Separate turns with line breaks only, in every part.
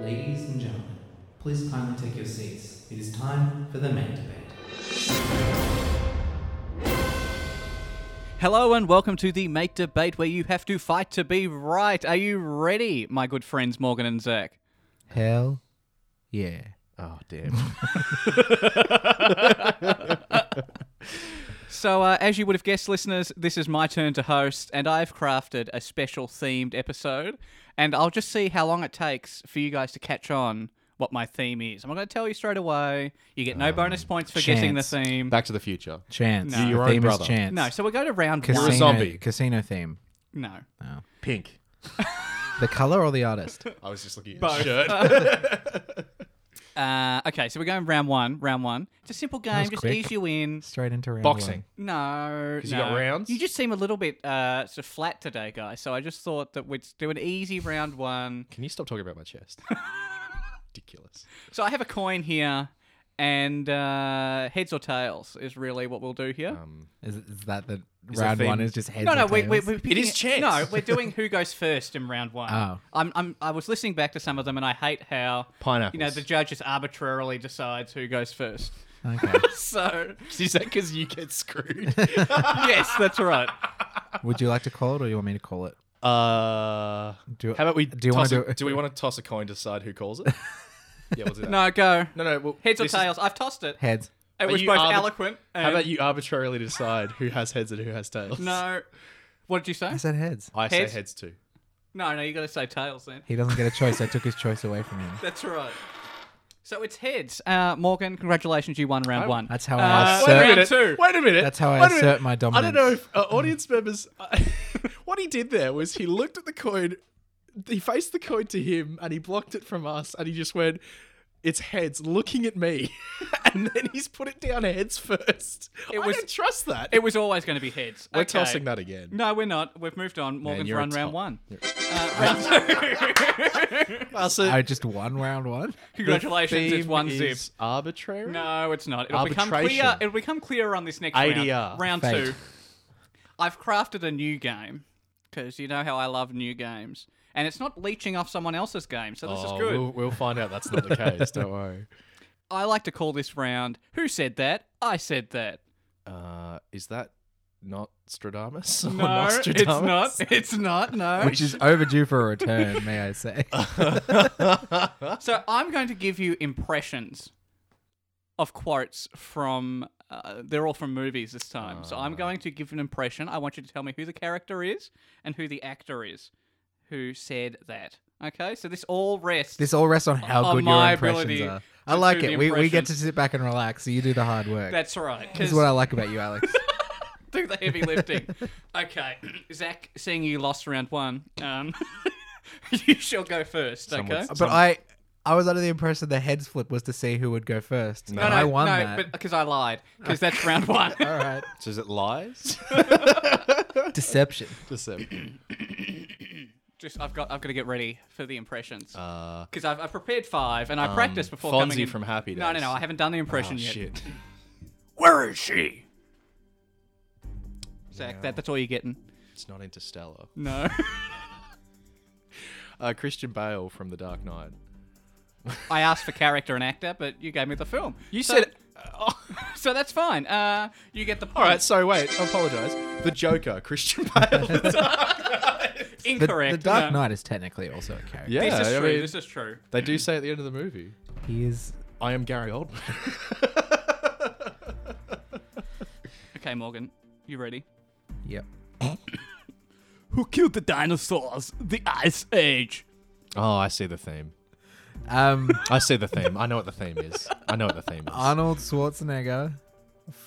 Ladies and gentlemen, please kindly take your seats. It is time for the main debate.
Hello and welcome to the Make Debate, where you have to fight to be right. Are you ready, my good friends Morgan and Zach?
Hell yeah.
Oh damn!
So, uh, as you would have guessed, listeners, this is my turn to host, and I've crafted a special themed episode. And I'll just see how long it takes for you guys to catch on what my theme is. I'm not going to tell you straight away. You get no bonus points for guessing the
Uh, chance.
theme.
Back to the Future.
Chance.
No.
Your
the
own
theme
brother.
is chance.
no, so we go to round
Casino,
You're a
one.
zombie.
Casino theme.
No.
Oh. Pink.
The color or the artist?
I was just looking at your shirt.
Uh, okay, so we're going round one. Round one. It's a simple game.
was
Just
quick.
ease you in.
Straight into round
Boxing.
No,
'Cause you got
no.
rounds?
You just seem a little bit uh, sort of flat today, guys. So I just thought that we'd do an easy round one.
Can you stop talking about my chest? Ridiculous.
So I have a coin here, and uh, heads or tails is really what we'll do here.
Um,
One. Is, is that the
Is that
round
theme-
one? Is just heads?
no, no,
or
we, we,
tails?
we're picking
is chance.
No, we're doing who goes first in round one.
Oh.
I'm, I'm, I was listening back to some of them, and I hate how you know
Pineapples.
the judge just arbitrarily decides who goes first.
Okay.
So
Is that because you get screwed?
yes, that's right.
Would you like to call it, or you want me to call it?
uh,
Do-
how about we?
do you
toss
wanna
a-
do-
we want to toss a coin to decide who calls it? yeah, we'll do that.
No, go
no, no. Well,
heads or
this is-
tails. I've tossed it.
Heads.
It
Are
was
you
both
arbit-
eloquent. And
how about you arbitrarily decide who has heads and who has tails?
No. What did you say?
I said heads.
I
Heads?
say heads too.
No, no, you got to say tails then.
He doesn't get a choice. I took his choice away from him.
That's right. So it's heads. Uh, Morgan, congratulations, you won
Oh,
round one.
That's how
Uh,
I
wait a
assert.
round two.
Wait a minute.
That's how I
Wait a
assert
minute.
my
I
dominance.
don't know if uh, audience members. what he did there was he looked at the coin, he faced the coin to him, and he blocked it from us, and he just went, "It's heads," looking at me, and then he's put it down heads first.
It
I
was-
don't trust that.
It was always going to be heads.
We're
Okay.
tossing that again.
No, we're not. We've moved on. Morgan's
you're a
run round
top.
one. Uh, round two.
Well, so
I just won round one.
congratulations, it's
theme
one
is
zip.
Arbitrary.
No, it's not. It'll become
Arbitration.
clear. It'll become clearer on this next
ADR.
round. Round
Fate.
two. I've crafted a new game because you know how I love new games, and it's not leeching off someone else's game, so this
Oh,
is good.
We'll, we'll find out that's not the case. Don't worry.
I like to call this round "Who said that?" I said that.
Uh, is that not Stradamus? Or
No, it's
Nostradamus?
not. It's not. No.
Which is overdue for a return, may I say?
So I'm going to give you impressions of quotes from. Uh, they're all from movies this time. so I'm going to give an impression. I want you to tell me who the character is and who the actor is who said that. Okay. So this all rests.
This all rests on how
On
good
my
your impressions
ability
are.
to
I like
do the
it. We, we get to
impressions.
sit back and relax, so you do the hard work.
That's right.
this
Because
is what I like about you, Alex.
do the heavy lifting. okay. Zach, seeing you lost round one, um, you shall go first. Okay.
Someone's-
but I I was under the impression the heads flip was to see who would go first. No,
No, no,
I won
no,
that.
but because I lied. Because that's round one.
All right.
So is it lies?
Deception.
Deception.
Just I've got I've got to get ready for the impressions because
Uh, um,
I've, I've prepared five and I practiced before
Fonzie
coming in.
from Happy
No, no,
Days.
no. I haven't done the impression yet.
Oh, shit.
Where is she? Zach, that, that's all you're getting.
It's not Interstellar.
No,
Uh, Christian Bale from The Dark Knight.
I asked for character and actor, but you gave me the film.
You
So-
said.
so that's fine. Uh, you get the point.
All right, so wait, I apologize. The Joker, Christian Bale.
The,
Incorrect.
the Dark
no.
Knight is technically also a character.
yeah,
This is
I
true.
mean,
this is true.
they do say at the end of the movie,
He is.
"I am Gary Oldman."
Okay, Morgan, you ready?
Yep.
Who killed the dinosaurs? The Ice Age.
oh, I see the theme.
Um,
I see the theme. I know what the theme is. I know what the theme is.
Arnold Schwarzenegger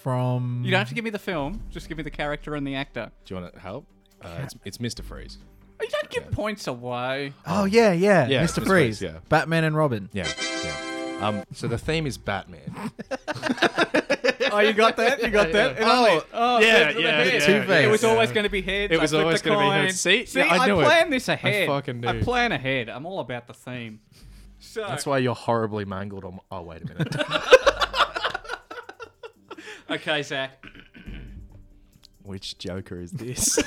from.
You don't have to give me the film. Just give me the character and the actor.
Do you want to help? Uh, it's, it's Mr. Freeze.
Oh, You don't give points away.
Oh yeah, yeah.
Yeah,
Mr. Freeze.
Mr. Freeze, yeah.
Batman and Robin.
Yeah, yeah. Um, so the theme is Batman.
Oh, you got that? You got that?
Oh,
Oh,
Yeah,
good, the
yeah,
heads.
yeah, Two-Face.
It was
yeah.
always going to be heads.
It was
I flipped
always
the
gonna be
coin.
heads. See?
See,
Yeah, I
I,
knew it.
plan this ahead.
fucking
I
knew.
plan ahead. I'm all about the theme. So
That's why you're horribly mangled. On... Oh, wait a minute.
okay, Zach.
Which Joker is this?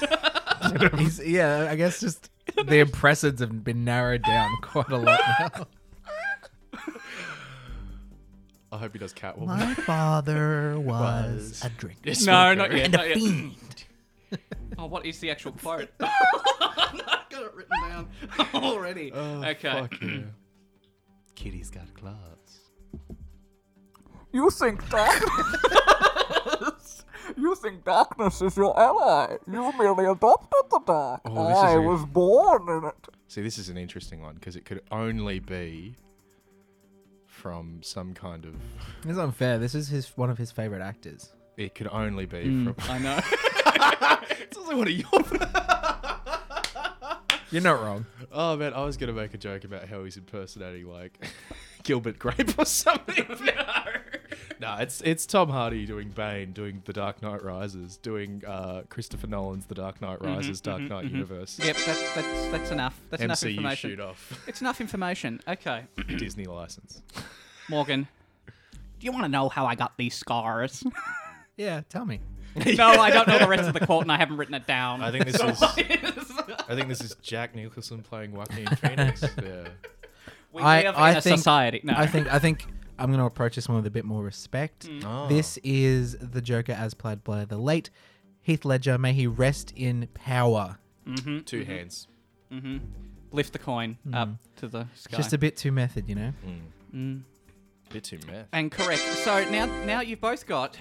He's, yeah. I guess just the impressions have been narrowed down quite a lot now.
I hope he does Catwoman.
My father was
Was.
a drinker
Yes,
No,
we'll
not
go.
yet.
and a
not yet.
fiend.
Oh, what is the actual quote? I got it written down already.
Oh,
okay.
fuck yeah. Kitty's got claws.
You think darkness? you think darkness is your ally? You merely adopted the dark.
Oh, this is I a- was
born in it.
See, this is an interesting one because it could only be from some kind of.
It's unfair. This is his one of his favorite actors.
It could only be from.
I know.
it's also one of your.
You're not wrong.
Oh man, I was gonna make a joke about how he's impersonating like Gilbert Grape or something. no. it's it's Tom Hardy doing Bane, doing The Dark Knight Rises, doing uh, Christopher Nolan's The Dark Knight
Mm-hmm,
Rises, Dark Knight Universe,
yep, that, that's that's enough. That's enough
MCU
information.
shoot off,
It's enough information. Okay,
Disney license.
Morgan. Do you want to know how I got these scars?
Yeah, tell me.
no, I don't know the rest of the quote, and I haven't written it down.
I think this is
think
I think this is Jack Nicholson playing Joaquin Phoenix. yeah.
we
I-
live
I
in a
think-
society. No,
I think I think I'm gonna approach this one with a bit more respect.
Oh.
This is the Joker as played by the late Heath Ledger. May he rest in power.
2 hands.
lift the coin up to the sky.
Hmm. Just a bit too method, you know.
Hmm. Bit too meth.
And correct. So now, now you've both got.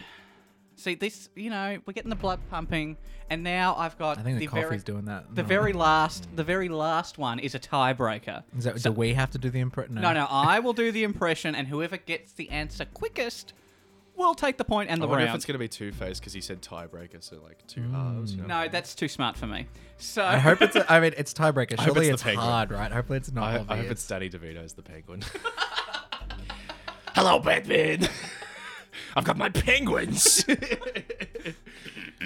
See this, you know, we're getting the blood pumping, and now I've got
I think the,
the
coffee's
very,
doing that.
the
No.
very last, the very last one is a tiebreaker.
Is that, do we have to do the impression?
No, no, I will do the impression, and whoever gets the answer quickest will take the point and
I
the
wonder
round.
if it's gonna be two faced because he said tiebreaker, so like two
Mm.
halves. You know?
No, that's too smart for me. So
I hope it's. A, I mean, it's tiebreaker.
I hope
Surely
it's the
it's,
penguin.
hard, right? Hopefully, it's not
I, I
obvious.
hope it's Danny DeVito's the penguin. Hello, Batman. I've got my penguins.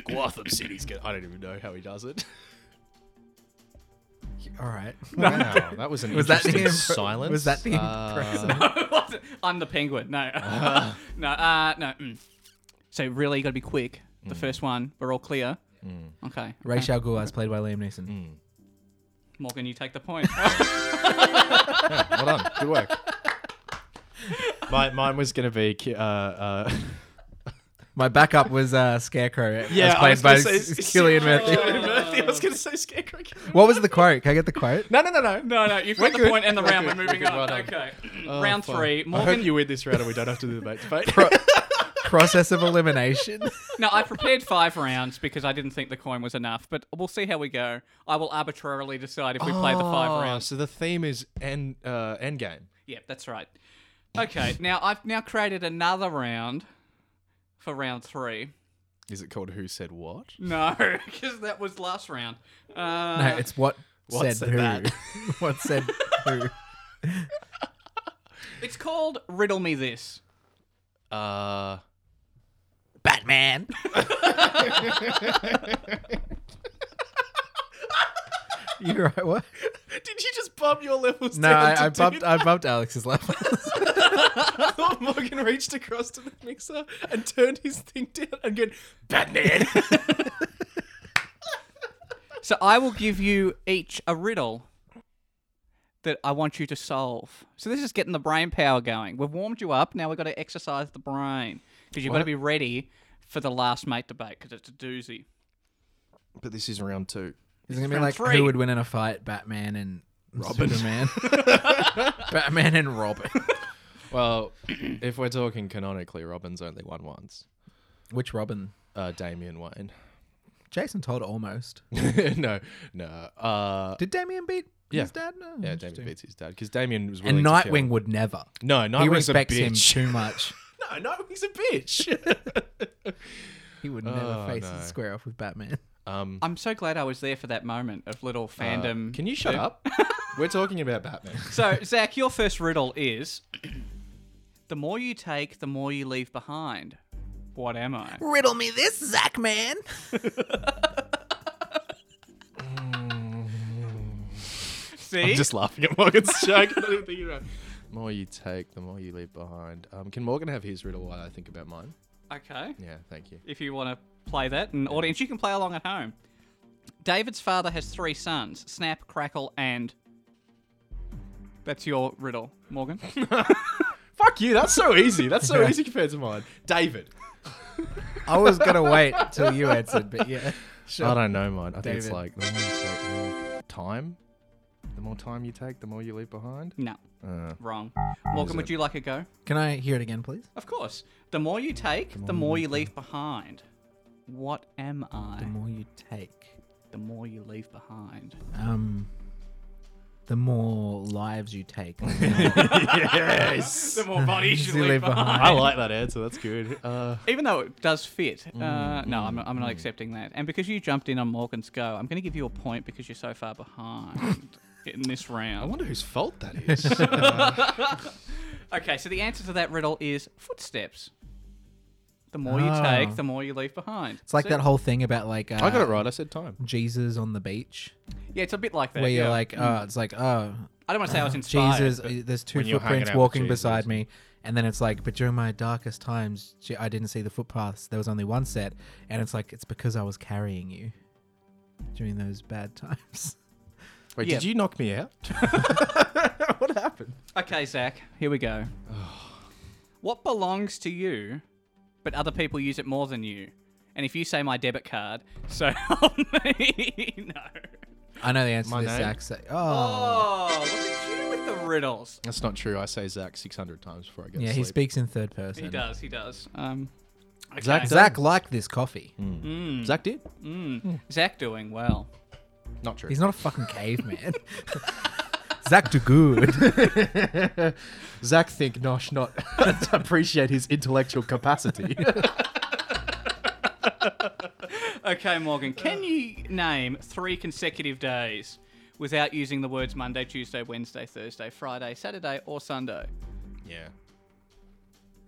Gotham City's good. I don't even know how he does it.
All right.
Wow, that was an
Was that the
interesting
impre-
silence.
was that the
Uh,
I'm the penguin. No, no, uh, no. mm. So really, you got to be quick. The first one, we're all clear. Okay,
Ra's al Ghul as played by Liam Neeson.
Hmm.
Morgan, you take the point.
well done. Uh, Good work. My, mine was going to be ki- uh, uh,
My backup was uh, Scarecrow. as
I
played
was
by
gonna say
S- Cillian Murphy.
Cillian Murphy. I was going to say Scarecrow.
What was the quote? Can I get the quote?
No, no, no, no.
No, no, you've
We're
got the
good.
point and the
We're
round.
good.
We're moving
We're good.
on.
Well
okay.
Oh,
round
fuck.
three.
I hope
Morgan.
you win this round and we don't have to do the debate. debate.
Process of elimination.
Now, I prepared five rounds because I didn't think the coin was enough, but we'll see how we go. I will arbitrarily decide if we play the
Oh,
five rounds.
So the theme is end uh, end game.
Yeah, that's right. Okay, now I've now created another round for round three.
Is it called Who Said What?
No, because that was last round. Uh,
no, it's what
What
said,
said
who.
that?
what said who?
it's called Riddle Me This.
Uh,
Batman. You're right. What?
did you just bump your levels?
No,
down
I, I
to
bumped.
two?
I bumped Alex's level.
I thought Morgan reached across to the mixer and turned his thing down and went Batman.
So I will give you each a riddle that I want you to solve. So this is getting the brain power going. We've warmed you up. Now we've got to exercise the brain because you've got to
What?
be ready for the last mate debate because it's a doozy.
but this is round two.
It's gonna be
Round
like
three.
who would win in a fight, Batman and Robin. Superman. Batman and Robin.
Well, if we're talking canonically, Robin's only won once.
Which Robin?
Uh, Damian Wayne.
Jason Todd almost.
no, no. Uh,
Did Damien beat
Yeah.
his dad? No,
yeah,
interesting.
Damien beats his dad because Damien was willing
And
to kill-
Nightwing would never.
No,
he
Nightwing's a
respects him
bitch.
too much.
No, Nightwing's a bitch.
He would never
Oh,
face
no.
and square off with Batman.
um,
I'm so glad I was there for that moment of little fandom.
Uh, Can you shut up? We're talking about Batman.
So Zach, your first riddle is: the more you take, the more you leave behind. What am I?
Riddle me this, Zack man.
See,
Just laughing at Morgan's joke. I don't even think about it. The more you take, the more you leave behind. Um, can Morgan have his riddle while I think about mine?
okay.
Yeah, thank you.
if you want to play that and audience you can play along at home david's father has three sons snap crackle and that's your riddle morgan
Fuck Fuck you. That's so easy. That's so easy compared to mine. David.
I was gonna wait till you answered, but yeah. Sure.
I don't know mine. I think it's
David.
like the more, you take, the more time. The more time you take, the more you leave behind.
No,
Uh,
wrong. Morgan, would you like a go?
Can I hear it again, please?
Of course. The more you take, the more, you leave behind. What am I?
The more you take,
The more you leave behind.
um, the more lives you take.
yes.
The more bodies
You leave behind.
I like that answer. That's good. Uh,
Even though it does fit, uh, no, I'm not, I'm not accepting that. And because you jumped in on Morgan's go, I'm going to give you a point because you're so far behind in this
I
round.
wonder whose fault that is.
Okay, so the answer to that riddle is footsteps. The more you
Ah.
take, the more you leave behind.
It's like
See?
that whole thing about like uh,
I got it right. I said time.
Jesus on the beach,
Yeah, it's a bit like that.
where you're
yeah.
mm.
like, oh, it's like, oh,
I don't want to say I was inspired.
Jesus, uh, there's two
when you're hanging
footprints
out with
walking
Jesus.
beside me. And then it's like, but during my darkest times, j- I didn't see the footpaths. There was only one set. And it's like, it's because I was carrying you during those bad times.
Wait,
Yeah.
did you knock me out? what happened?
Okay, Zach, here we go. what belongs to you, but other people use it more than you? And if you say my debit card, so help me. no.
I know the answer
My
to this,
name?
Zach. So, oh.
Oh, look at you with the riddles.
That's not true. I say Zach 600 times before I go
yeah,
to
he
sleep.
speaks in third person.
He does, he does. Um, okay.
Zach-
Zach liked this coffee.
Zach did?
Zach doing well.
Not true.
He's not a fucking caveman. Zach do good.
Zach think Nosh not appreciate his intellectual capacity.
Okay, Morgan, can you name three consecutive days without using the words Monday, Tuesday, Wednesday, Thursday, Friday, Saturday, or Sunday?
yeah.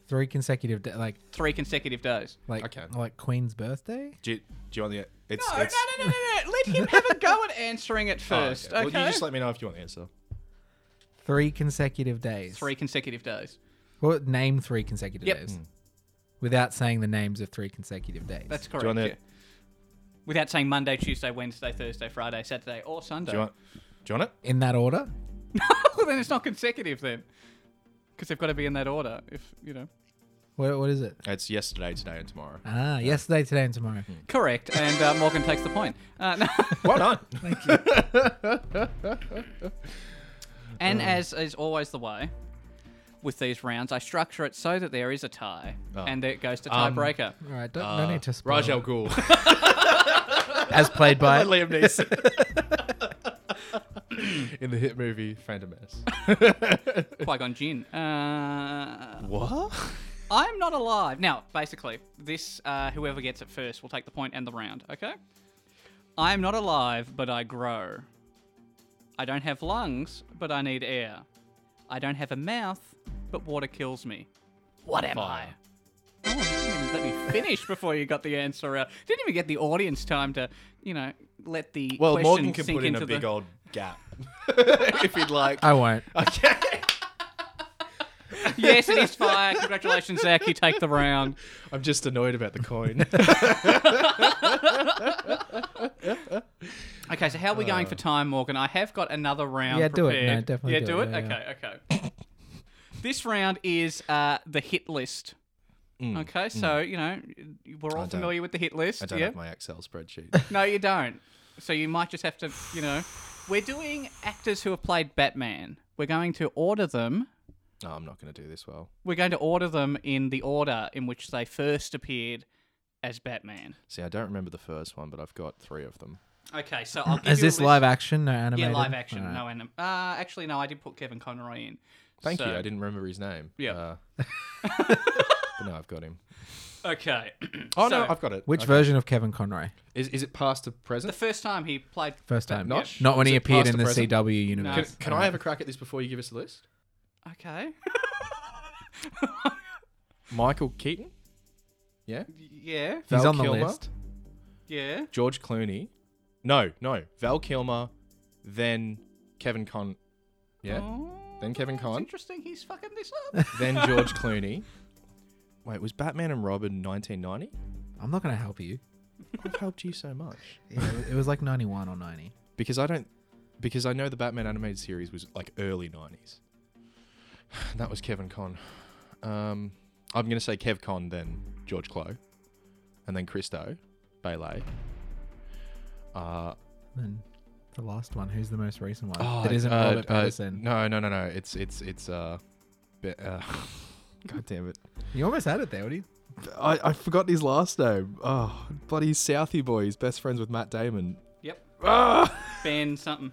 Three consecutive, da like,
Three consecutive days.
like,
Okay.
like Queen's birthday.
Do you, do you want the it's, Oh,
No, no, no, no, no, no. Let him have a go at answering it first. okay.
Well, you just let me know if you want the answer.
Three consecutive days.
Three consecutive days.
Well, name three consecutive
Yep. Hmm.
days without saying the names of three consecutive days.
That's
you
correct.
want
Yeah.
it?
Without saying Monday, Tuesday, Wednesday, Thursday, Friday, Saturday, or Sunday.
Do you want Do you want it?
in that order.
well, then it's not consecutive then, because they've got to be in that order. If you know.
What, what is it?
It's yesterday, today, and tomorrow.
Ah, yesterday, today, and tomorrow.
Correct, and uh, Morgan takes the point. Uh, no.
well done.
And as is always the way with these rounds, I structure it so that there is a tie, and it goes to
Um,
tiebreaker.
All right, don't,
Uh,
no need to spoil.
Raj Al Uh, Ghul.
as played by.
Liam Neeson. In the hit movie Phantom Menace.
Qui Gon Jinn. Uh,
What?
I'm not alive. Now, basically, this uh, whoever gets it first will take the point and the round, okay? I am not alive, but I grow. I don't have lungs, but I need air. I don't have a mouth, but water kills me. What am I? Oh, you didn't even let me finish before you got the answer out. Didn't even get the audience time to, you know, let the
Well,
question
Morgan can
sink
put in
into
a big
the...
old gap. if he'd like.
I won't.
Okay.
Yes, it is fire. Congratulations, Zach. You take the round.
I'm just annoyed about the coin.
Okay, so how are we going for time, Morgan? I have got another round.
Uh, Yeah, do it. No,
prepared.
definitely
Yeah,
do
do
it.
it.
Yeah, yeah.
okay, okay. this round is uh, the hit list.
Mm.
okay, so you know we're all
don't-
familiar with the hit list.
I don't
yeah?
have my Excel spreadsheet.
No, you don't. So you might just have to, you know, we're doing actors who have played Batman. We're going to order them.
No, I'm not going to do this well.
We're going to order them in the order in which they first appeared as Batman.
See, I don't remember the first one, but I've got three of them.
Okay, so I'll give
Is
you a
this
list-
live action? No animated.
Yeah, live action.
All right.
No, anim- uh, actually, no, I did put Kevin Conroy in.
Thank
So-
you. I didn't remember his name.
Yeah.
Uh, but no, I've got him.
Okay.
Oh
So-
no, I've got it.
Which
Okay.
version of Kevin Conroy?
is is it past to
the
present?
first time he played.
First time.
Not-
Not when
is
he
it
appeared
past
in the
or present?
CW universe.
can I have a crack at this before you give us the list?
Okay.
Michael Keaton. Yeah.
yeah.
He's
Val
on the
Kilmer?
list.
Yeah.
George Clooney. No, no. Val Kilmer, then Kevin Con. Yeah. Then
Oh,
Kevin
It's
Con.
interesting. He's fucking this up.
Then George Clooney. Wait, was Batman and Robin 1990?
I'm not going to help you.
I've helped you so much.
It was like 91 or 90.
because I don't because I know the Batman animated series was like early 90s. And that was Kevin Conn. Um, I'm going to say Kev Con, then George Clo, and then Christo, Bailey. Uh,
And the last one, who's the most recent one?
oh,
that isn't
uh,
Robert
uh,
Patterson.
No, no, no, no. It's it's it's uh, Be- uh God damn it.
You almost had it there. What do you?
I, I forgot his last name. Oh, bloody Southie boy. He's best friends with Matt Damon.
Yep.
Ah!
Ben something.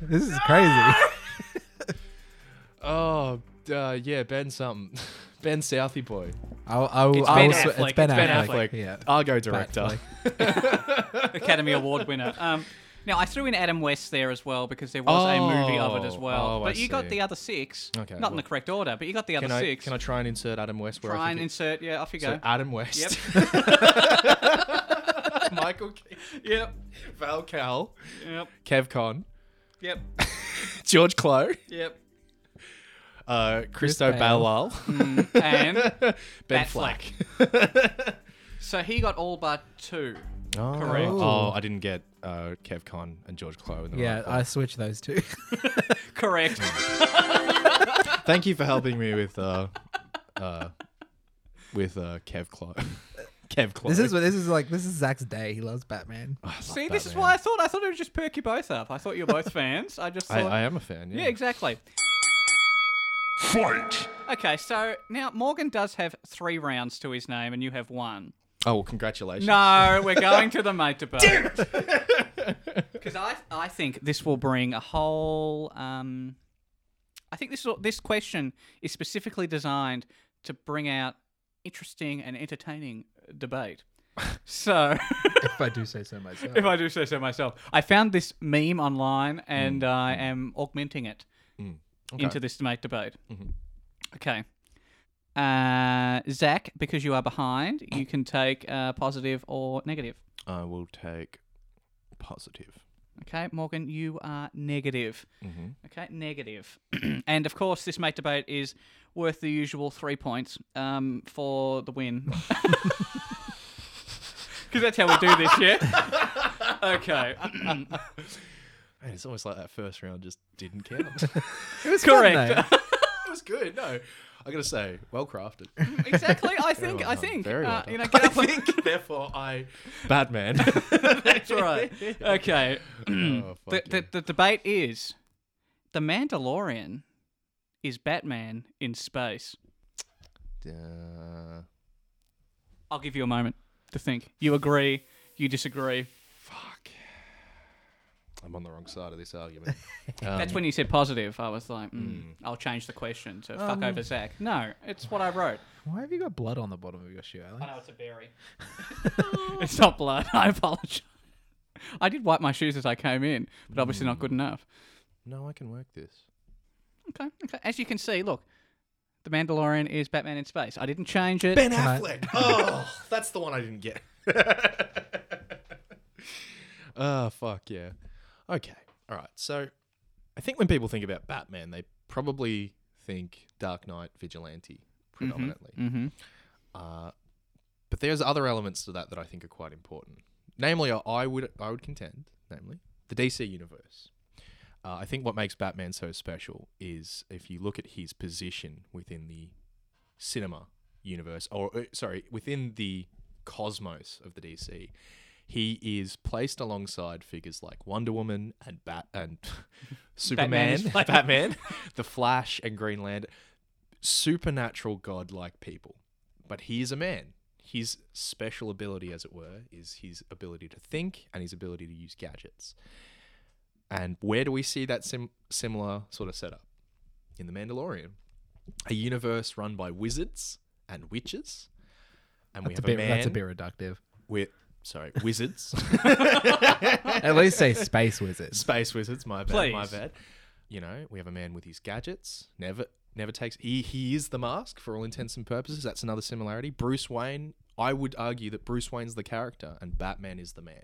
This is crazy.
Oh, uh, yeah, Ben something. Ben Southey boy.
I'll, I'll,
It's
I'll
Ben
sw-
Affleck,
It's Ben
it's Ben
Affleck.
Affleck. Oh,
Yeah.
Argo director.
Affleck.
Academy Award winner. Um, now I threw in Adam West there as well because there was a movie of it as
Oh,
well.
oh, I
but you got
see.
the other six. Not
Okay,
in the
well-
correct order, but you got the other
Can I,
six.
can I try and insert Adam West where I
Try
think
and
it-
insert. Yeah, off you
So uh,
go.
Adam West.
Yep.
Michael Keaton,
yep.
Val Cal,
Yep.
Kev Con,
Yep.
George Clo,
Yep.
uh, Christo
Bale.
Balal,
And
Ben
Bat
Flack.
so he got all but two.
Oh.
Correct.
Oh, I didn't get uh, Kev Con and George Clo in the
Yeah,
right
I
order.
switched those two.
Correct.
Thank you for helping me with uh, uh, with uh, Kev Clo. Kev Clo.
this is what this is like. This is Zach's day. He loves Batman.
Oh, I love
See, this is
Batman.
why I thought I thought it would just perk you both up. I thought you were both fans. I just
I,
thought.
I am a fan. Yeah.
yeah, exactly.
Fight.
Okay, so now Morgan does have three rounds to his name, and you have one.
Oh, well, congratulations.
No, we're going to the mate debate. Because I, I think this will bring a whole. Um, I think this will- this question is specifically designed to bring out interesting and entertaining debate. So,
if I do say so myself.
if I do say so myself, I found this meme online and I am augmenting it
Okay.
into this debate debate. Okay. Uh, Zach, because you are behind, you can take uh, positive or negative.
I will take positive.
Okay, Morgan, you are negative.
Mm-hmm.
Okay, negative. and of course, this mate debate is worth the usual three points um, for the win. Because that's how we do this, yeah? okay.
Man, it's almost like that first round just didn't count.
it was
Correct.
Fun, though.
It was good. No, I gotta say, well crafted.
exactly. I think.
well
I
done,
think.
very well
uh, you know,
done.
get up on-
Therefore, I Oh, bad man.
That's right. Okay.
Oh,
the,
fuck yeah.
the, the debate is The Mandalorian is Batman in space.
Uh,
I'll give you a moment to think. You agree, you disagree.
fuck. I'm on the wrong side of this argument. Um,
That's when you said positive. I was like, mm, I'll change the question to fuck over Zach. No, it's what I wrote.
Why have you got blood on the bottom of your shoe, Alex?
know it's a berry. it's not blood. I apologize. I did wipe my shoes as I came in, but obviously not good enough.
No, I can work this.
Okay, okay. As you can see, look, The Mandalorian is Batman in space. I didn't change it.
Ben
I-
Affleck. oh, that's the one I didn't get. oh fuck yeah. Okay. All right. So, I think when people think about Batman, they probably think Dark Knight vigilante predominantly.
Mm-hmm.
Uh, but there's other elements to that that I think are quite important. Namely, I would I would contend, namely, the DC universe. Uh, I think what makes Batman so special is if you look at his position within the cinema universe, or uh, sorry, within the cosmos of the DC. He is placed alongside figures like Wonder Woman and Bat and
Batman
Superman,
is
Batman, The Flash, and Green Lantern. Supernatural godlike people but he is a man. His special ability, as it were, is his ability to think and his ability to use gadgets. And where do we see that sim- similar sort of setup? In The Mandalorian, a universe run by wizards and witches. And we
That's a
have
bit.
a man
That's a bit reductive.
with, sorry, wizards,
At least say space wizards.
space wizards, my bad, my
Please.
bad. You know, we have a man with his gadgets, never never takes he he is the mask for all intents and purposes. That's another similarity. Bruce Wayne, I would argue that Bruce Wayne's the character and Batman is the man.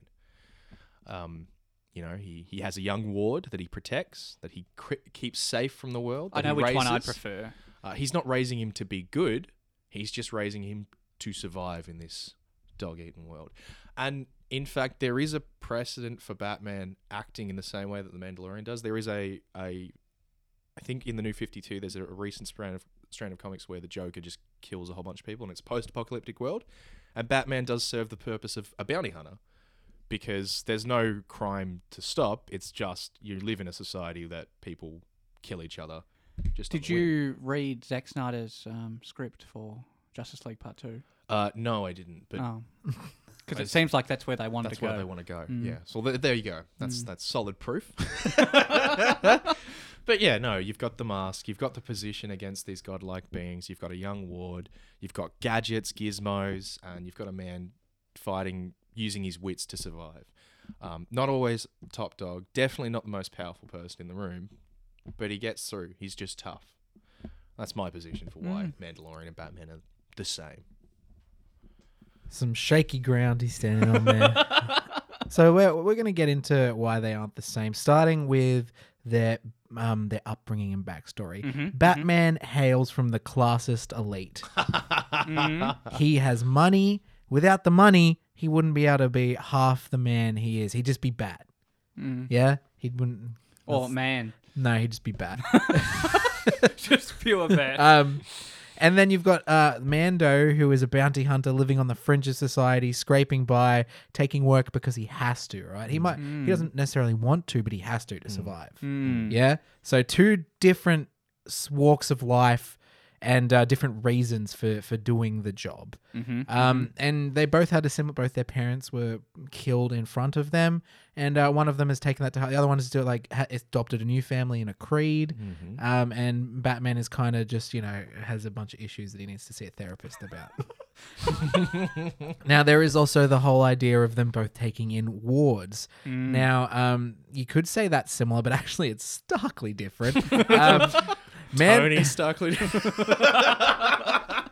Um you know, he, he has a young ward that he protects, that he cri- keeps safe from the world.
I
that
know
he
which one I'd
raises.
prefer.
Uh, he's not raising him to be good. He's just raising him to survive in this dog-eaten world. And in fact, there is a precedent for Batman acting in the same way that the Mandalorian does. There is a a I think in the New Fifty Two, there's a, a recent strand of strand of comics where the Joker just kills a whole bunch of people, and it's post apocalyptic world, and Batman does serve the purpose of a bounty hunter because there's no crime to stop. It's just you live in a society that people kill each other. Just on
Did
the whim.
you read Zack Snyder's um, script for Justice League Part Two?
Uh, no, I didn't. But
Oh, because
I-
it seems like that's where they wanted
that's
to go. Mm.
where they want to go. Yeah. So th- there you go. That's that's solid proof. but yeah, no, you've got the mask, you've got the position against these godlike beings, you've got a young ward, you've got gadgets, gizmos, and you've got a man fighting using his wits to survive. Um, not always top dog, definitely not the most powerful person in the room, but he gets through. He's just tough. That's my position for why
Mm.
Mandalorian and Batman are the same.
Some shaky ground he's standing on there. so we're we're going to get into why they aren't the same, starting with their um their upbringing and backstory. Batman hails from the classist elite. he has money. Without the money, he wouldn't be able to be half the man he is. He'd just be bad. Yeah, he wouldn't.
Oh man,
No, he'd just be bad.
just pure bad.
Um, and then you've got uh, Mando, who is a bounty hunter living on the fringe of society, scraping by, taking work because he has to. Right? He might he doesn't necessarily want to, but he has to to survive. Yeah. So two different s- walks of life and uh, different reasons for for doing the job. Um, and they both had a similar. Both their parents were killed in front of them, and uh, one of them has taken that to heart. The other one has do like ha- adopted a new family and a creed. Um, and Batman is kind of just you know has a bunch of issues that he needs to see a therapist about. Now there is also the whole idea of them both taking in wards. Now um, you could say that's similar, but actually it's starkly different. um, Man-
Tony Starkley.
Ah.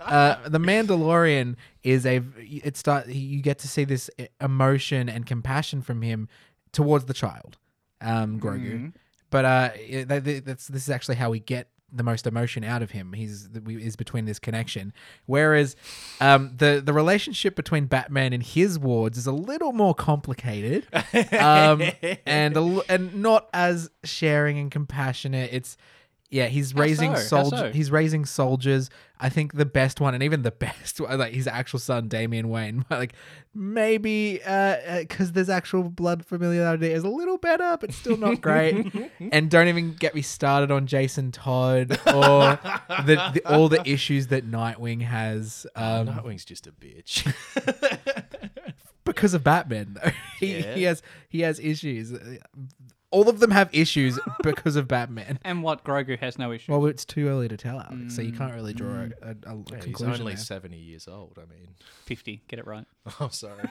uh, the Mandalorian is a it start you get to see this emotion and compassion from him towards the child, um, Grogu.
Mm-hmm.
But uh, it- that- that- that's this is actually how we get the most emotion out of him. He's that we is between this connection. Whereas um, the the relationship between Batman and his wards is a little more complicated, um, and a, l- and not as sharing and compassionate. It's yeah, he's raising
so? How
soldiers
so?
he's raising soldiers. I think the best one, and even the best one, like his actual son, Damian Wayne, like maybe because there's actual blood familiarity is a little better, but still not great. and don't even get me started on Jason Todd or the, the, all the issues that Nightwing has um,
Nightwing's just a bitch.
because of Batman. Though he,
Yeah.
he has he has issues. All of them have issues because of Batman.
and what Grogu has no issue.
Well, it's too early to tell, Alex. so you can't really draw a, a, a
Mm. He's
conclusion.
only
there.
70 years old. I mean, Oh,
Fifty, get it right.
I'm sorry.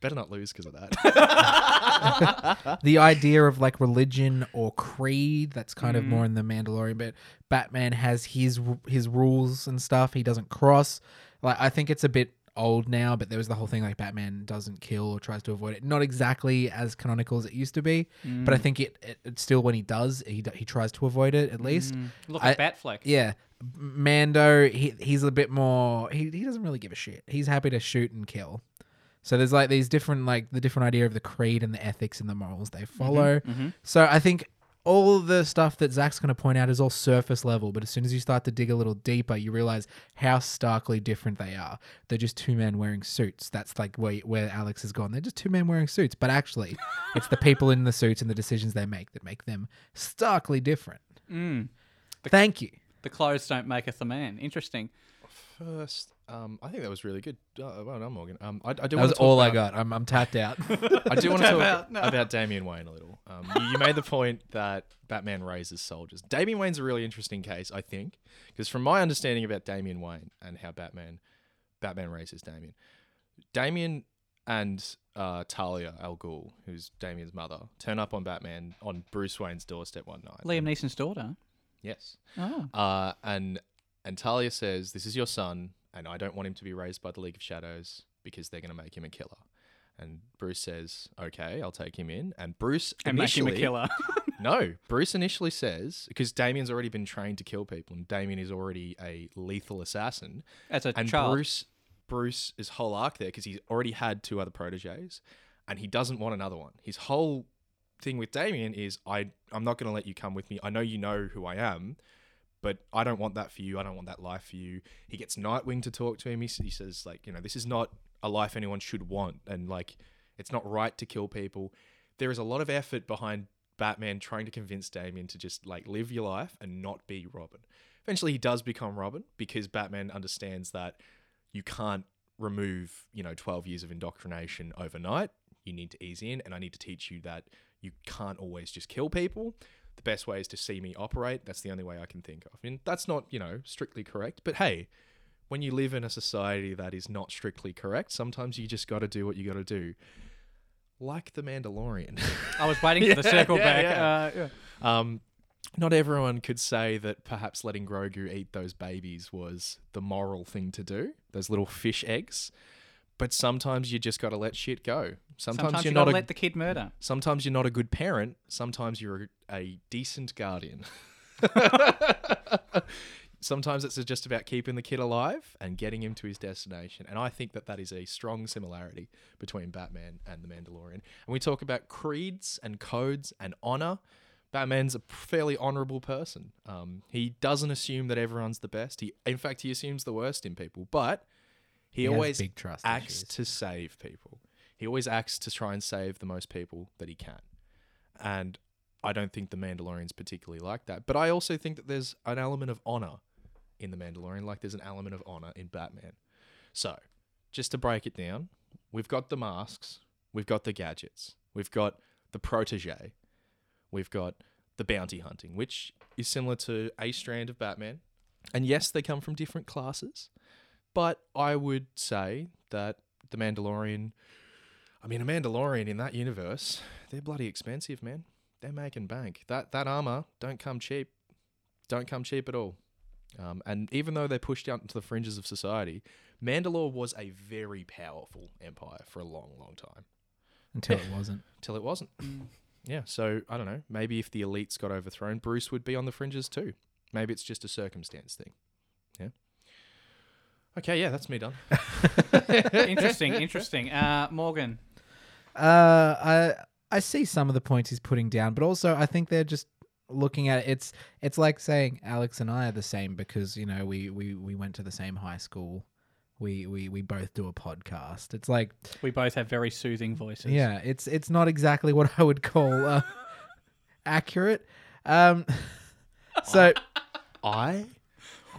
Better not lose because of that.
the idea of like religion or creed that's kind of more in the Mandalorian but Batman has his his rules and stuff he doesn't cross like I think it's a bit old now but there was the whole thing like Batman doesn't kill or tries to avoid it not exactly as canonical as it used to be but I think it, it, it still when he does he, d- he tries to avoid it at least
Look
I-
at Batfleck.
yeah. Mando, he, he's a bit more. He, he doesn't really give a shit. He's happy to shoot and kill. So there's like these different, like the different idea of the creed and the ethics and the morals they follow. So I think all the stuff that Zach's going to point out is all surface level. But as soon as you start to dig a little deeper, you realize how starkly different they are. They're just two men wearing suits. That's like where, where Alex has gone. They're just two men wearing suits. But actually, it's the people in the suits and the decisions they make that make them starkly different. Thank you.
The clothes don't maketh the man. Interesting.
First, um, I think that was really good. Uh, well done, Morgan. Um, I, I do
That
want
was
to
all
about,
I got. I'm, I'm tapped out.
I do want to talk about Damian Wayne a little. Um, you, you made the point that Batman raises soldiers. Damian Wayne's a really interesting case, I think, because from my understanding about Damian Wayne and how Batman Batman raises Damian, Damien and uh, Talia Al Ghul, who's Damien's mother, turn up on Batman on Bruce Wayne's doorstep one night.
Liam Neeson's daughter.
Yes.
Oh.
Uh, and and Talia says, "This is your son, and I don't want him to be raised by the League of Shadows because they're going to make him a killer." And Bruce says, "Okay, I'll take him in." And Bruce
And make him a
initially-
killer.
no, Bruce initially says because Damien's already been trained to kill people, and Damien is already a lethal assassin.
As a
and
child.
Bruce, Bruce is whole arc there because he's already had two other proteges, and he doesn't want another one. His whole thing with Damien is I I'm not going to let you come with me. I know you know who I am, but I don't want that for you. I don't want that life for you. He gets Nightwing to talk to him. He, s- he says like, you know, this is not a life anyone should want, and like, it's not right to kill people. There is a lot of effort behind Batman trying to convince Damien to just like live your life and not be Robin. Eventually, he does become Robin because Batman understands that you can't remove you know 12 years of indoctrination overnight you need to ease in and i need to teach you that you can't always just kill people the best way is to see me operate that's the only way i can think of and that's not you know strictly correct but hey when you live in a society that is not strictly correct sometimes you just got to do what you got to do like the mandalorian
I was waiting for the circle
yeah,
back.
yeah.
Uh, yeah.
um, not everyone could say that perhaps letting Grogu eat those babies was the moral thing to do, those little fish eggs. But sometimes you just got to let shit go. Sometimes,
Sometimes,
you're
you
not
gotta
a
let the kid murder.
sometimes you're not a good parent. Sometimes you're a, a decent guardian. sometimes it's just about keeping the kid alive and getting him to his destination. And I think that that is a strong similarity between Batman and the Mandalorian. And we talk about creeds and codes and honor. Batman's a fairly honorable person. Um, he doesn't assume that everyone's the best. He, in fact, he assumes the worst in people, but he,
has
always
big trust
acts
issues.
to save people. He always acts to try and save the most people that he can. And I don't think the Mandalorian's particularly like that. But I also think that there's an element of honor in the Mandalorian, like there's an element of honor in Batman. So, just to break it down, we've got the masks, we've got the gadgets, we've got the protege, we've got the bounty hunting, which is similar to a strand of Batman. And yes, they come from different classes, but I would say that the Mandalorian, I mean, a Mandalorian in that universe, they're bloody expensive, man. They're making bank. That that armor don't come cheap. Don't come cheap at all. Um, and even though they pushed out into the fringes of society, Mandalore was a very powerful empire for a long, long time
until it wasn't.
till it wasn't. Yeah, so I don't know. Maybe if the elites got overthrown, Bruce would be on the fringes too. Maybe it's just a circumstance thing. Yeah. Okay, yeah, that's me done.
interesting, interesting. Uh, Morgan,
Uh, I I see some of the points he's putting down, but also I think they're just looking at it. It's it's like saying Alex and I are the same because you know we we we went to the same high school. We we we both do a podcast. It's like
we both have very soothing voices.
yeah, it's it's not exactly what I would call uh, accurate. Um, so
I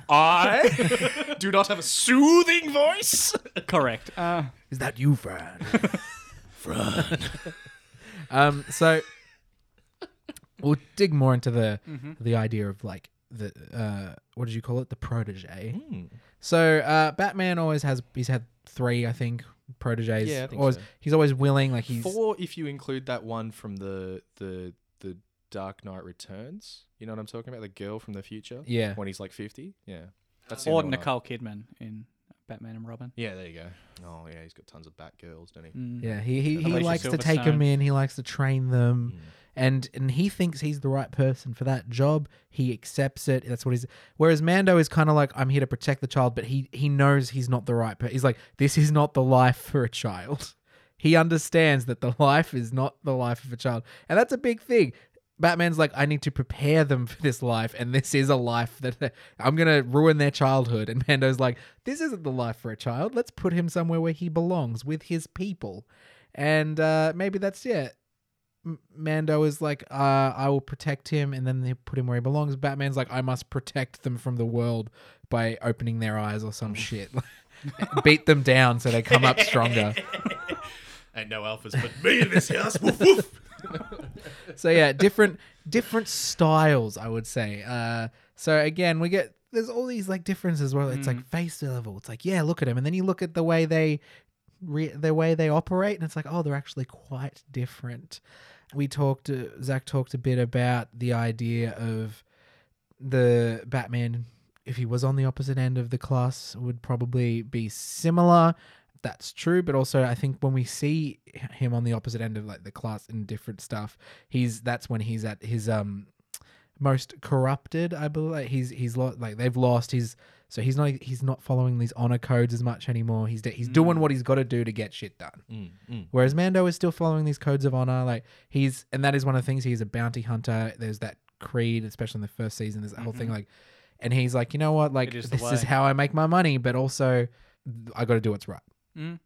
I do not have a soothing voice.
correct. Uh,
Is that you, Fran? Fran. um, so we'll dig more into the
Mm-hmm.
the idea of like the uh, what did you call it? The protege. So uh, Batman always has he's had three, I think, proteges.
Yeah, I think
always,
so.
he's always willing, like he's
Four if you include that one from the the the Dark Knight Returns. You know what I'm talking about? The girl from the future?
Yeah.
When he's like fifty. Yeah. That's the
or
only one I-
Nicole Kidman in Batman and Robin. Mm,
Yeah, there you go. Oh yeah, he's got tons of Batgirls, don't he?
yeah he he, he
Alicia
likes to take them
Silverstone.
in. He likes to train
Mm.
them. And, and he thinks he's the right person for that job. He accepts it. That's what he's. Whereas Mando is kind of like, I'm here to protect the child, but he he knows he's not the right person. He's like, this is not the life for a child. He understands that the life is not the life of a child, and that's a big thing. Batman's like, I need to prepare them for this life, and this is a life that I'm gonna ruin their childhood. And Mando's like, this isn't the life for a child. Let's put him somewhere where he belongs with his people, and uh, maybe that's it. M- Mando is like, uh, I will protect him, and then they put him where he belongs. Batman's like, I must protect them from the world by opening their eyes or some shit, beat them down so they come up stronger.
Ain't no alphas but me in this house. Woof woof.
so yeah, different different styles, I would say. Uh, so again, we get there's all these like differences where it's like face level. It's like yeah, look at him, and then you look at the way they re- the way they operate, and it's like oh, they're actually quite different. We talked, uh, Zach talked a bit about the idea of the Batman, if he was on the opposite end of the class, would probably be similar. That's true, but also I think when we see him on the opposite end of like the class and different stuff, he's that's when he's at his um most corrupted. I believe he's he's lo- like they've lost his So he's not he's not following these honor codes as much anymore. He's de- he's
Mm.
doing what he's got to do to get shit done.
Mm,
Whereas Mando is still following these codes of honor. Like he's and that is one of the things he is a bounty hunter. There's that creed, especially in the first season. There's that whole thing like, and he's like, you know what? Like
Mm-hmm. It is the
this is
way.
how I make my money, but also I got to do what's right.
Mm.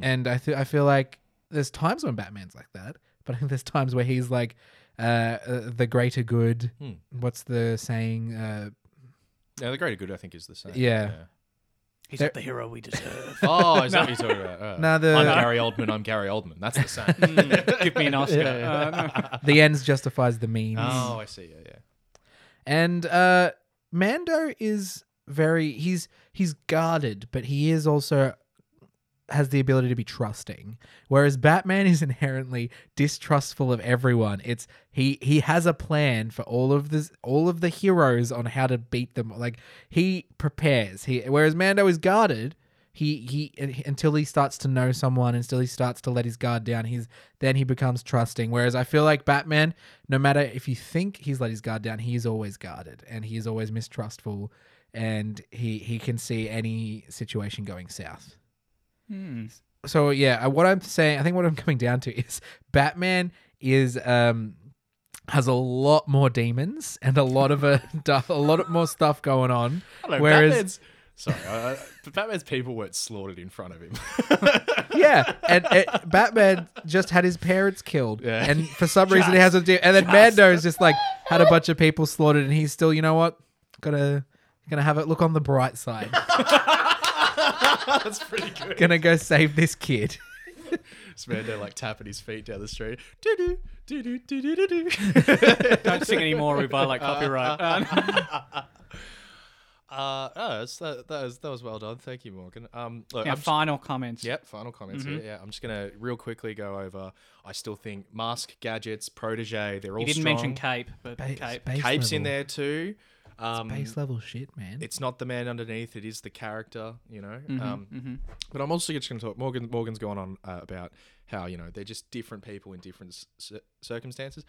And I th- I feel like there's times when Batman's like that, but I think there's times where he's like uh, uh, the greater good.
Mm.
What's the saying? Uh,
Yeah, the greater good, I think, is the same.
Yeah.
He's
There-
not the hero we deserve.
Oh, is that what you're talking about? Uh,
No, the-
I'm Gary Oldman. I'm Gary Oldman. That's the same.
Mm, Give me an Oscar. Uh, no.
the ends justifies the means.
oh, I see. Yeah, yeah.
And uh Mando is very he's he's guarded, but he is also has the ability to be trusting. Whereas Batman is inherently distrustful of everyone. It's he he has a plan for all of this all of the heroes on how to beat them. Like he prepares. He whereas Mando is guarded. He, he until he starts to know someone until he starts to let his guard down he's then he becomes trusting whereas i feel like batman no matter if you think he's let his guard down he is always guarded and he is always mistrustful and he he can see any situation going south
Hmm.
so yeah, I- what I'm saying, I think what I'm coming down to is Batman is um has a lot more demons and a lot of a, a lot of more stuff going on.
I don't know,
Whereas-
Batman's. Sorry, uh, but Batman's people weren't slaughtered in front of him.
Yeah, and, and Batman just had his parents killed,
Yeah.
and for some reason he has a de- and then Mando's just like had a bunch of people slaughtered, and he's still, you know what, gonna gonna have it look on the bright side,
That's pretty good.
gonna go save this kid.
It's Mando like tapping his feet down the street. Do do do do do do do.
Don't sing anymore. We violate copyright. Uh,
Uh, oh, that's, that, that was that was well done. Thank you, Morgan. Um, look,
now,
I'm just-
final comments.
Yep, final comments.
Mm-hmm.
here. Yeah, I'm just gonna real quickly go over. I still think mask, gadgets, protege. They're all
You didn't
strong.
mention cape, but
Ba-
cape.
base
Capes in
level.
there too. Um,
Base level shit, man.
it's not the man underneath; it is the character. You know. um, But I'm also just going to talk. Morgan Morgan's gone on uh, about how you know they're just different people in different s- cir- circumstances.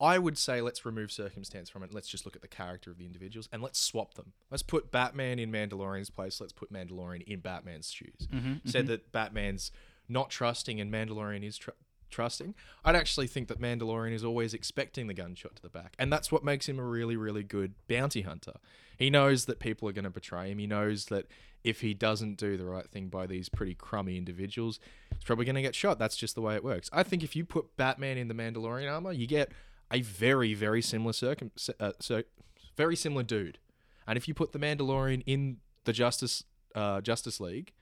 I would say let's remove circumstance from it. Let's just look at the character of the individuals and let's swap them. Let's put Batman in Mandalorian's place. Let's put Mandalorian in Batman's shoes. Said that Batman's not trusting and Mandalorian is tr- trusting. I'd actually think that Mandalorian is always expecting the gunshot to the back, and that's what makes him a really, really good bounty hunter. He knows that people are going to betray him. He knows that if he doesn't do the right thing by these pretty crummy individuals, he's probably going to get shot. That's just the way it works. I think if you put Batman in the Mandalorian armor, you get a very, very similar circum, ci- uh, so very similar dude. And if you put the Mandalorian in the Justice uh, Justice League,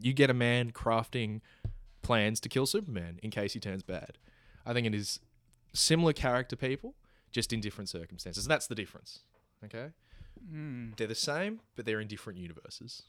you get a man crafting plans to kill Superman in case he turns bad. I think it is similar character people, just in different circumstances. That's the difference. Okay, they're the same, but they're in different universes.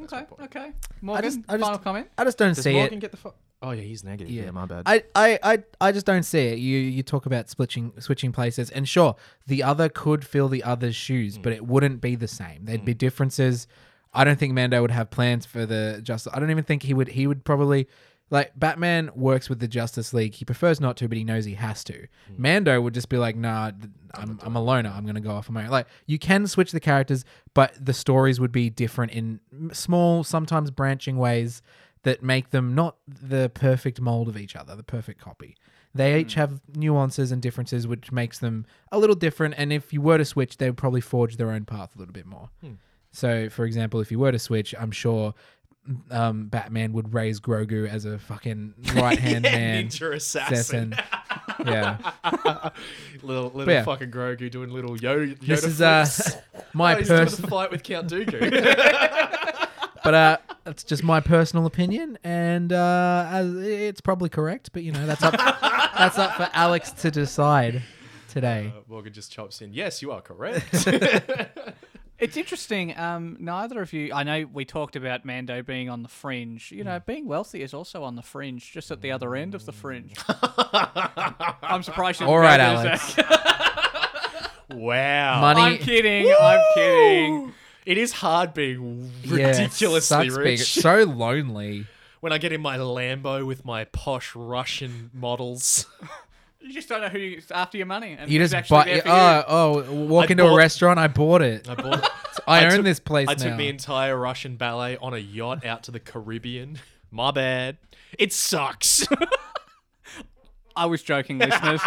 Okay, okay. Morgan,
just- I just-
final comment.
I just don't
Does
see it.
Morgan get the? Fu- oh yeah, he's negative. Yeah, my bad.
I, I, I, I just don't see it. You you talk about switching switching places, and sure, the other could fill the other's shoes, but it wouldn't be the same. There'd be differences. I don't think Mando would have plans for the Justice. I don't even think he would. He would probably like Batman works with the Justice League. He prefers not to, but he knows he has to. Mando would just be like, "Nah, th- Hmm. I'm I'm a loner. I'm gonna go off on my own." Like you can switch the characters, but the stories would be different in m- small, sometimes branching ways that make them not the perfect mold of each other, the perfect copy.
Hmm.
They each have nuances and differences, which makes them a little different. And if you were to switch, they would probably forge their own path a little bit more.
Hmm.
So, for example, if you were to switch, I'm sure um, Batman would raise Grogu as a fucking right hand man.
Ninja assassin.
assassin. yeah.
little little
yeah.
fucking Grogu doing little Yoda. Yoda
This is uh,
flips.
my
oh, he's doing
personal,
the fight with Count Dooku.
but uh, that's just my personal opinion, and uh, as it's probably correct. But you know, that's up, that's up for Alex to decide today.
Uh, Morgan just chops in. Yes, you are correct.
It's interesting. Um, neither of you. I know we talked about Mando being on the fringe. You
Hmm.
know, being wealthy is also on the fringe, just at the other end of the fringe. I'm surprised.
Uh,
you didn't
All right,
go there,
Alex.
Zach.
wow.
Money.
I'm kidding. I'm kidding.
It is hard being
Yeah,
ridiculously
sucks being-
rich.
it's so lonely.
when I get in my Lambo with my posh Russian models.
You just don't know who's after your money. And
You
who's
just
actually
buy. uh,
there for you.
Oh, oh, walk
I
into a
bought-
restaurant. I bought it.
I bought
I, own
took-
this place
I
now.
took the entire Russian ballet on a yacht out to the Caribbean. My bad. It sucks.
I was joking, listeners.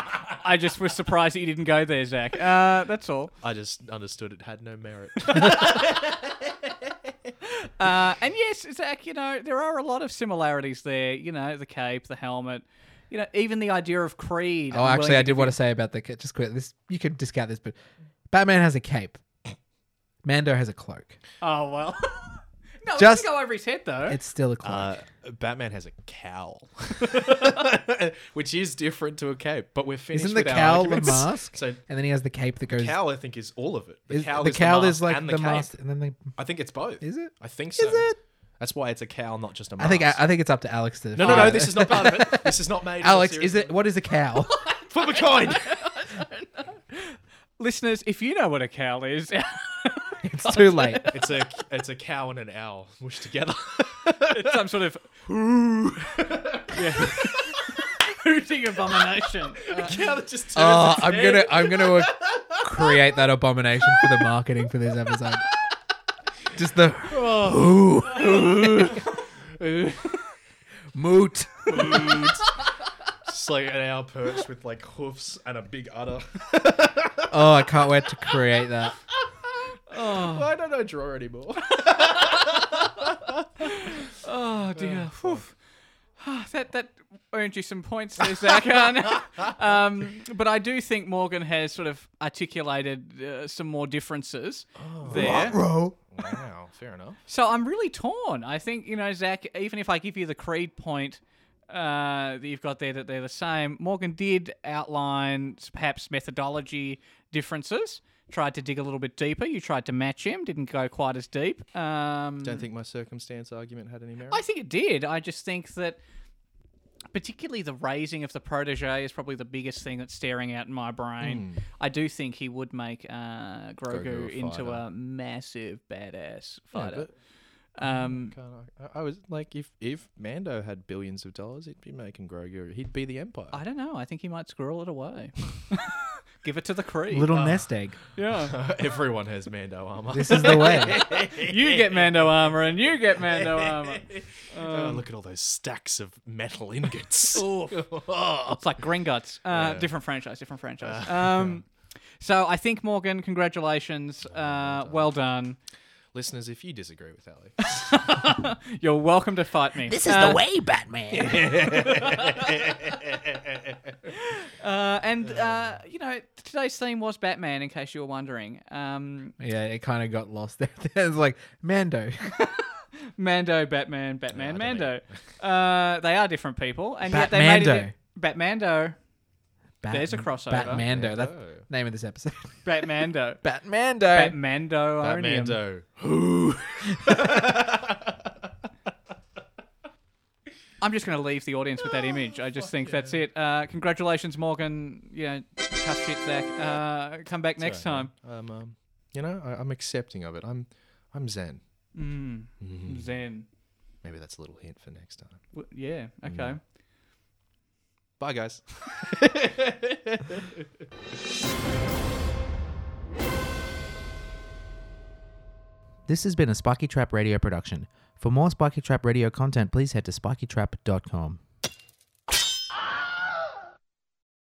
I just was surprised that you didn't go there, Zach. Uh, that's all.
I just understood it had no merit.
Uh, and yes, Zach, you know, there are a lot of similarities there. You know, the cape, the helmet, you know, even the idea of Creed.
oh, actually, I did want to say about the ca- just quit this. You could discount this, but Batman has a cape. Mando has a cloak.
Oh, well. no, it
Just-
doesn't go over his head, though.
It's still a cloak.
Uh, Batman has a cowl, which is different to a cape. But we're finished.
Isn't the
with our
cowl the
arguments.
mask?
So
and then he has the cape that goes.
cowl, I think, is all of it. The
is,
cowl,
the
is,
cowl
the
is like
and
the,
cape.
mask, and then the.
I think it's both.
Is it?
I think so.
Is it?
That's why it's a cowl, not just a mask.
I think I, I think it's up to Alex to.
no, no, no.
decide.
This is not part of it. This is not made.
Alex, is it? What is a cow?
Flip a coin.
Listeners, if you know what a cowl is,
it's too late.
it's a it's a cow and an owl mushed together.
it's some sort of hooting abomination. Uh,
cow that just turns
Oh,
its
I'm
head.
gonna I'm gonna uh, create that abomination for the marketing for this episode. Just the Oh. moot.
It's like an owl perched with like hoofs and a big udder.
Oh, I can't wait to create that.
Why don't I draw anymore?
oh dear. Whew. Ah, that that earned you some points there, Zach. um, but I do think Morgan has sort of articulated uh, some more differences there.
Bro.
wow, fair enough.
So I'm really torn. I think you know, Zach. Even if I give you the creed point uh, that you've got there, that they're the same. Morgan did outline s- perhaps methodology differences. Tried to dig a little bit deeper. You tried to match him. Didn't go quite as deep. Um,
Don't think my circumstance argument had any merit.
I think it did. I just think that particularly the raising of the protege is probably the biggest thing that's staring out in my brain. I do think he would make uh, Grogu,
Hmm. Grogu a
into
fighter.
a massive badass fighter.
but-
um,
Can't I- I, I was like, if if Mando had billions of dollars, he'd be making Grogu. He'd be the Empire.
I don't know. I think he might squirrel it away. Give it to the Kree.
Little nest egg.
yeah.
Everyone has Mando armor.
This is the way.
you get Mando armor and you get Mando armor.
Oh, look at all those stacks of metal ingots.
It's like Gringotts. Uh, Different franchise, different franchise. um, so I think, Morgan, congratulations. Uh, well done.
Listeners, if you disagree with Alex,
You're welcome to fight me. This is the way, Batman. uh, and uh, you know, today's theme was Batman. In case you were wondering, um,
Yeah, it kind of got lost there. it's like Mando.
Mando, Batman, Batman, Mando. Uh, they are different people, and yet they made
Batmando.
it. Batmando,
Bat-
There's a crossover.
Batmando. That's
Oh.
name of this episode.
Batmando,
Batmando.
Batmando, Batmando.
Mando.
I'm just going to leave the audience with that image. I just think that's it. Uh, congratulations, Morgan. You know, tough shit, Zach. Uh, come back next time.
Um, um, you know, I, I'm accepting of it. I'm, I'm Zen.
Mm. Zen.
Maybe that's a little hint for next time.
W- Yeah. Okay.
Bye, guys.
This has been a Spiky Trap Radio production. For more Spiky Trap Radio content, please head to spikytrap.com.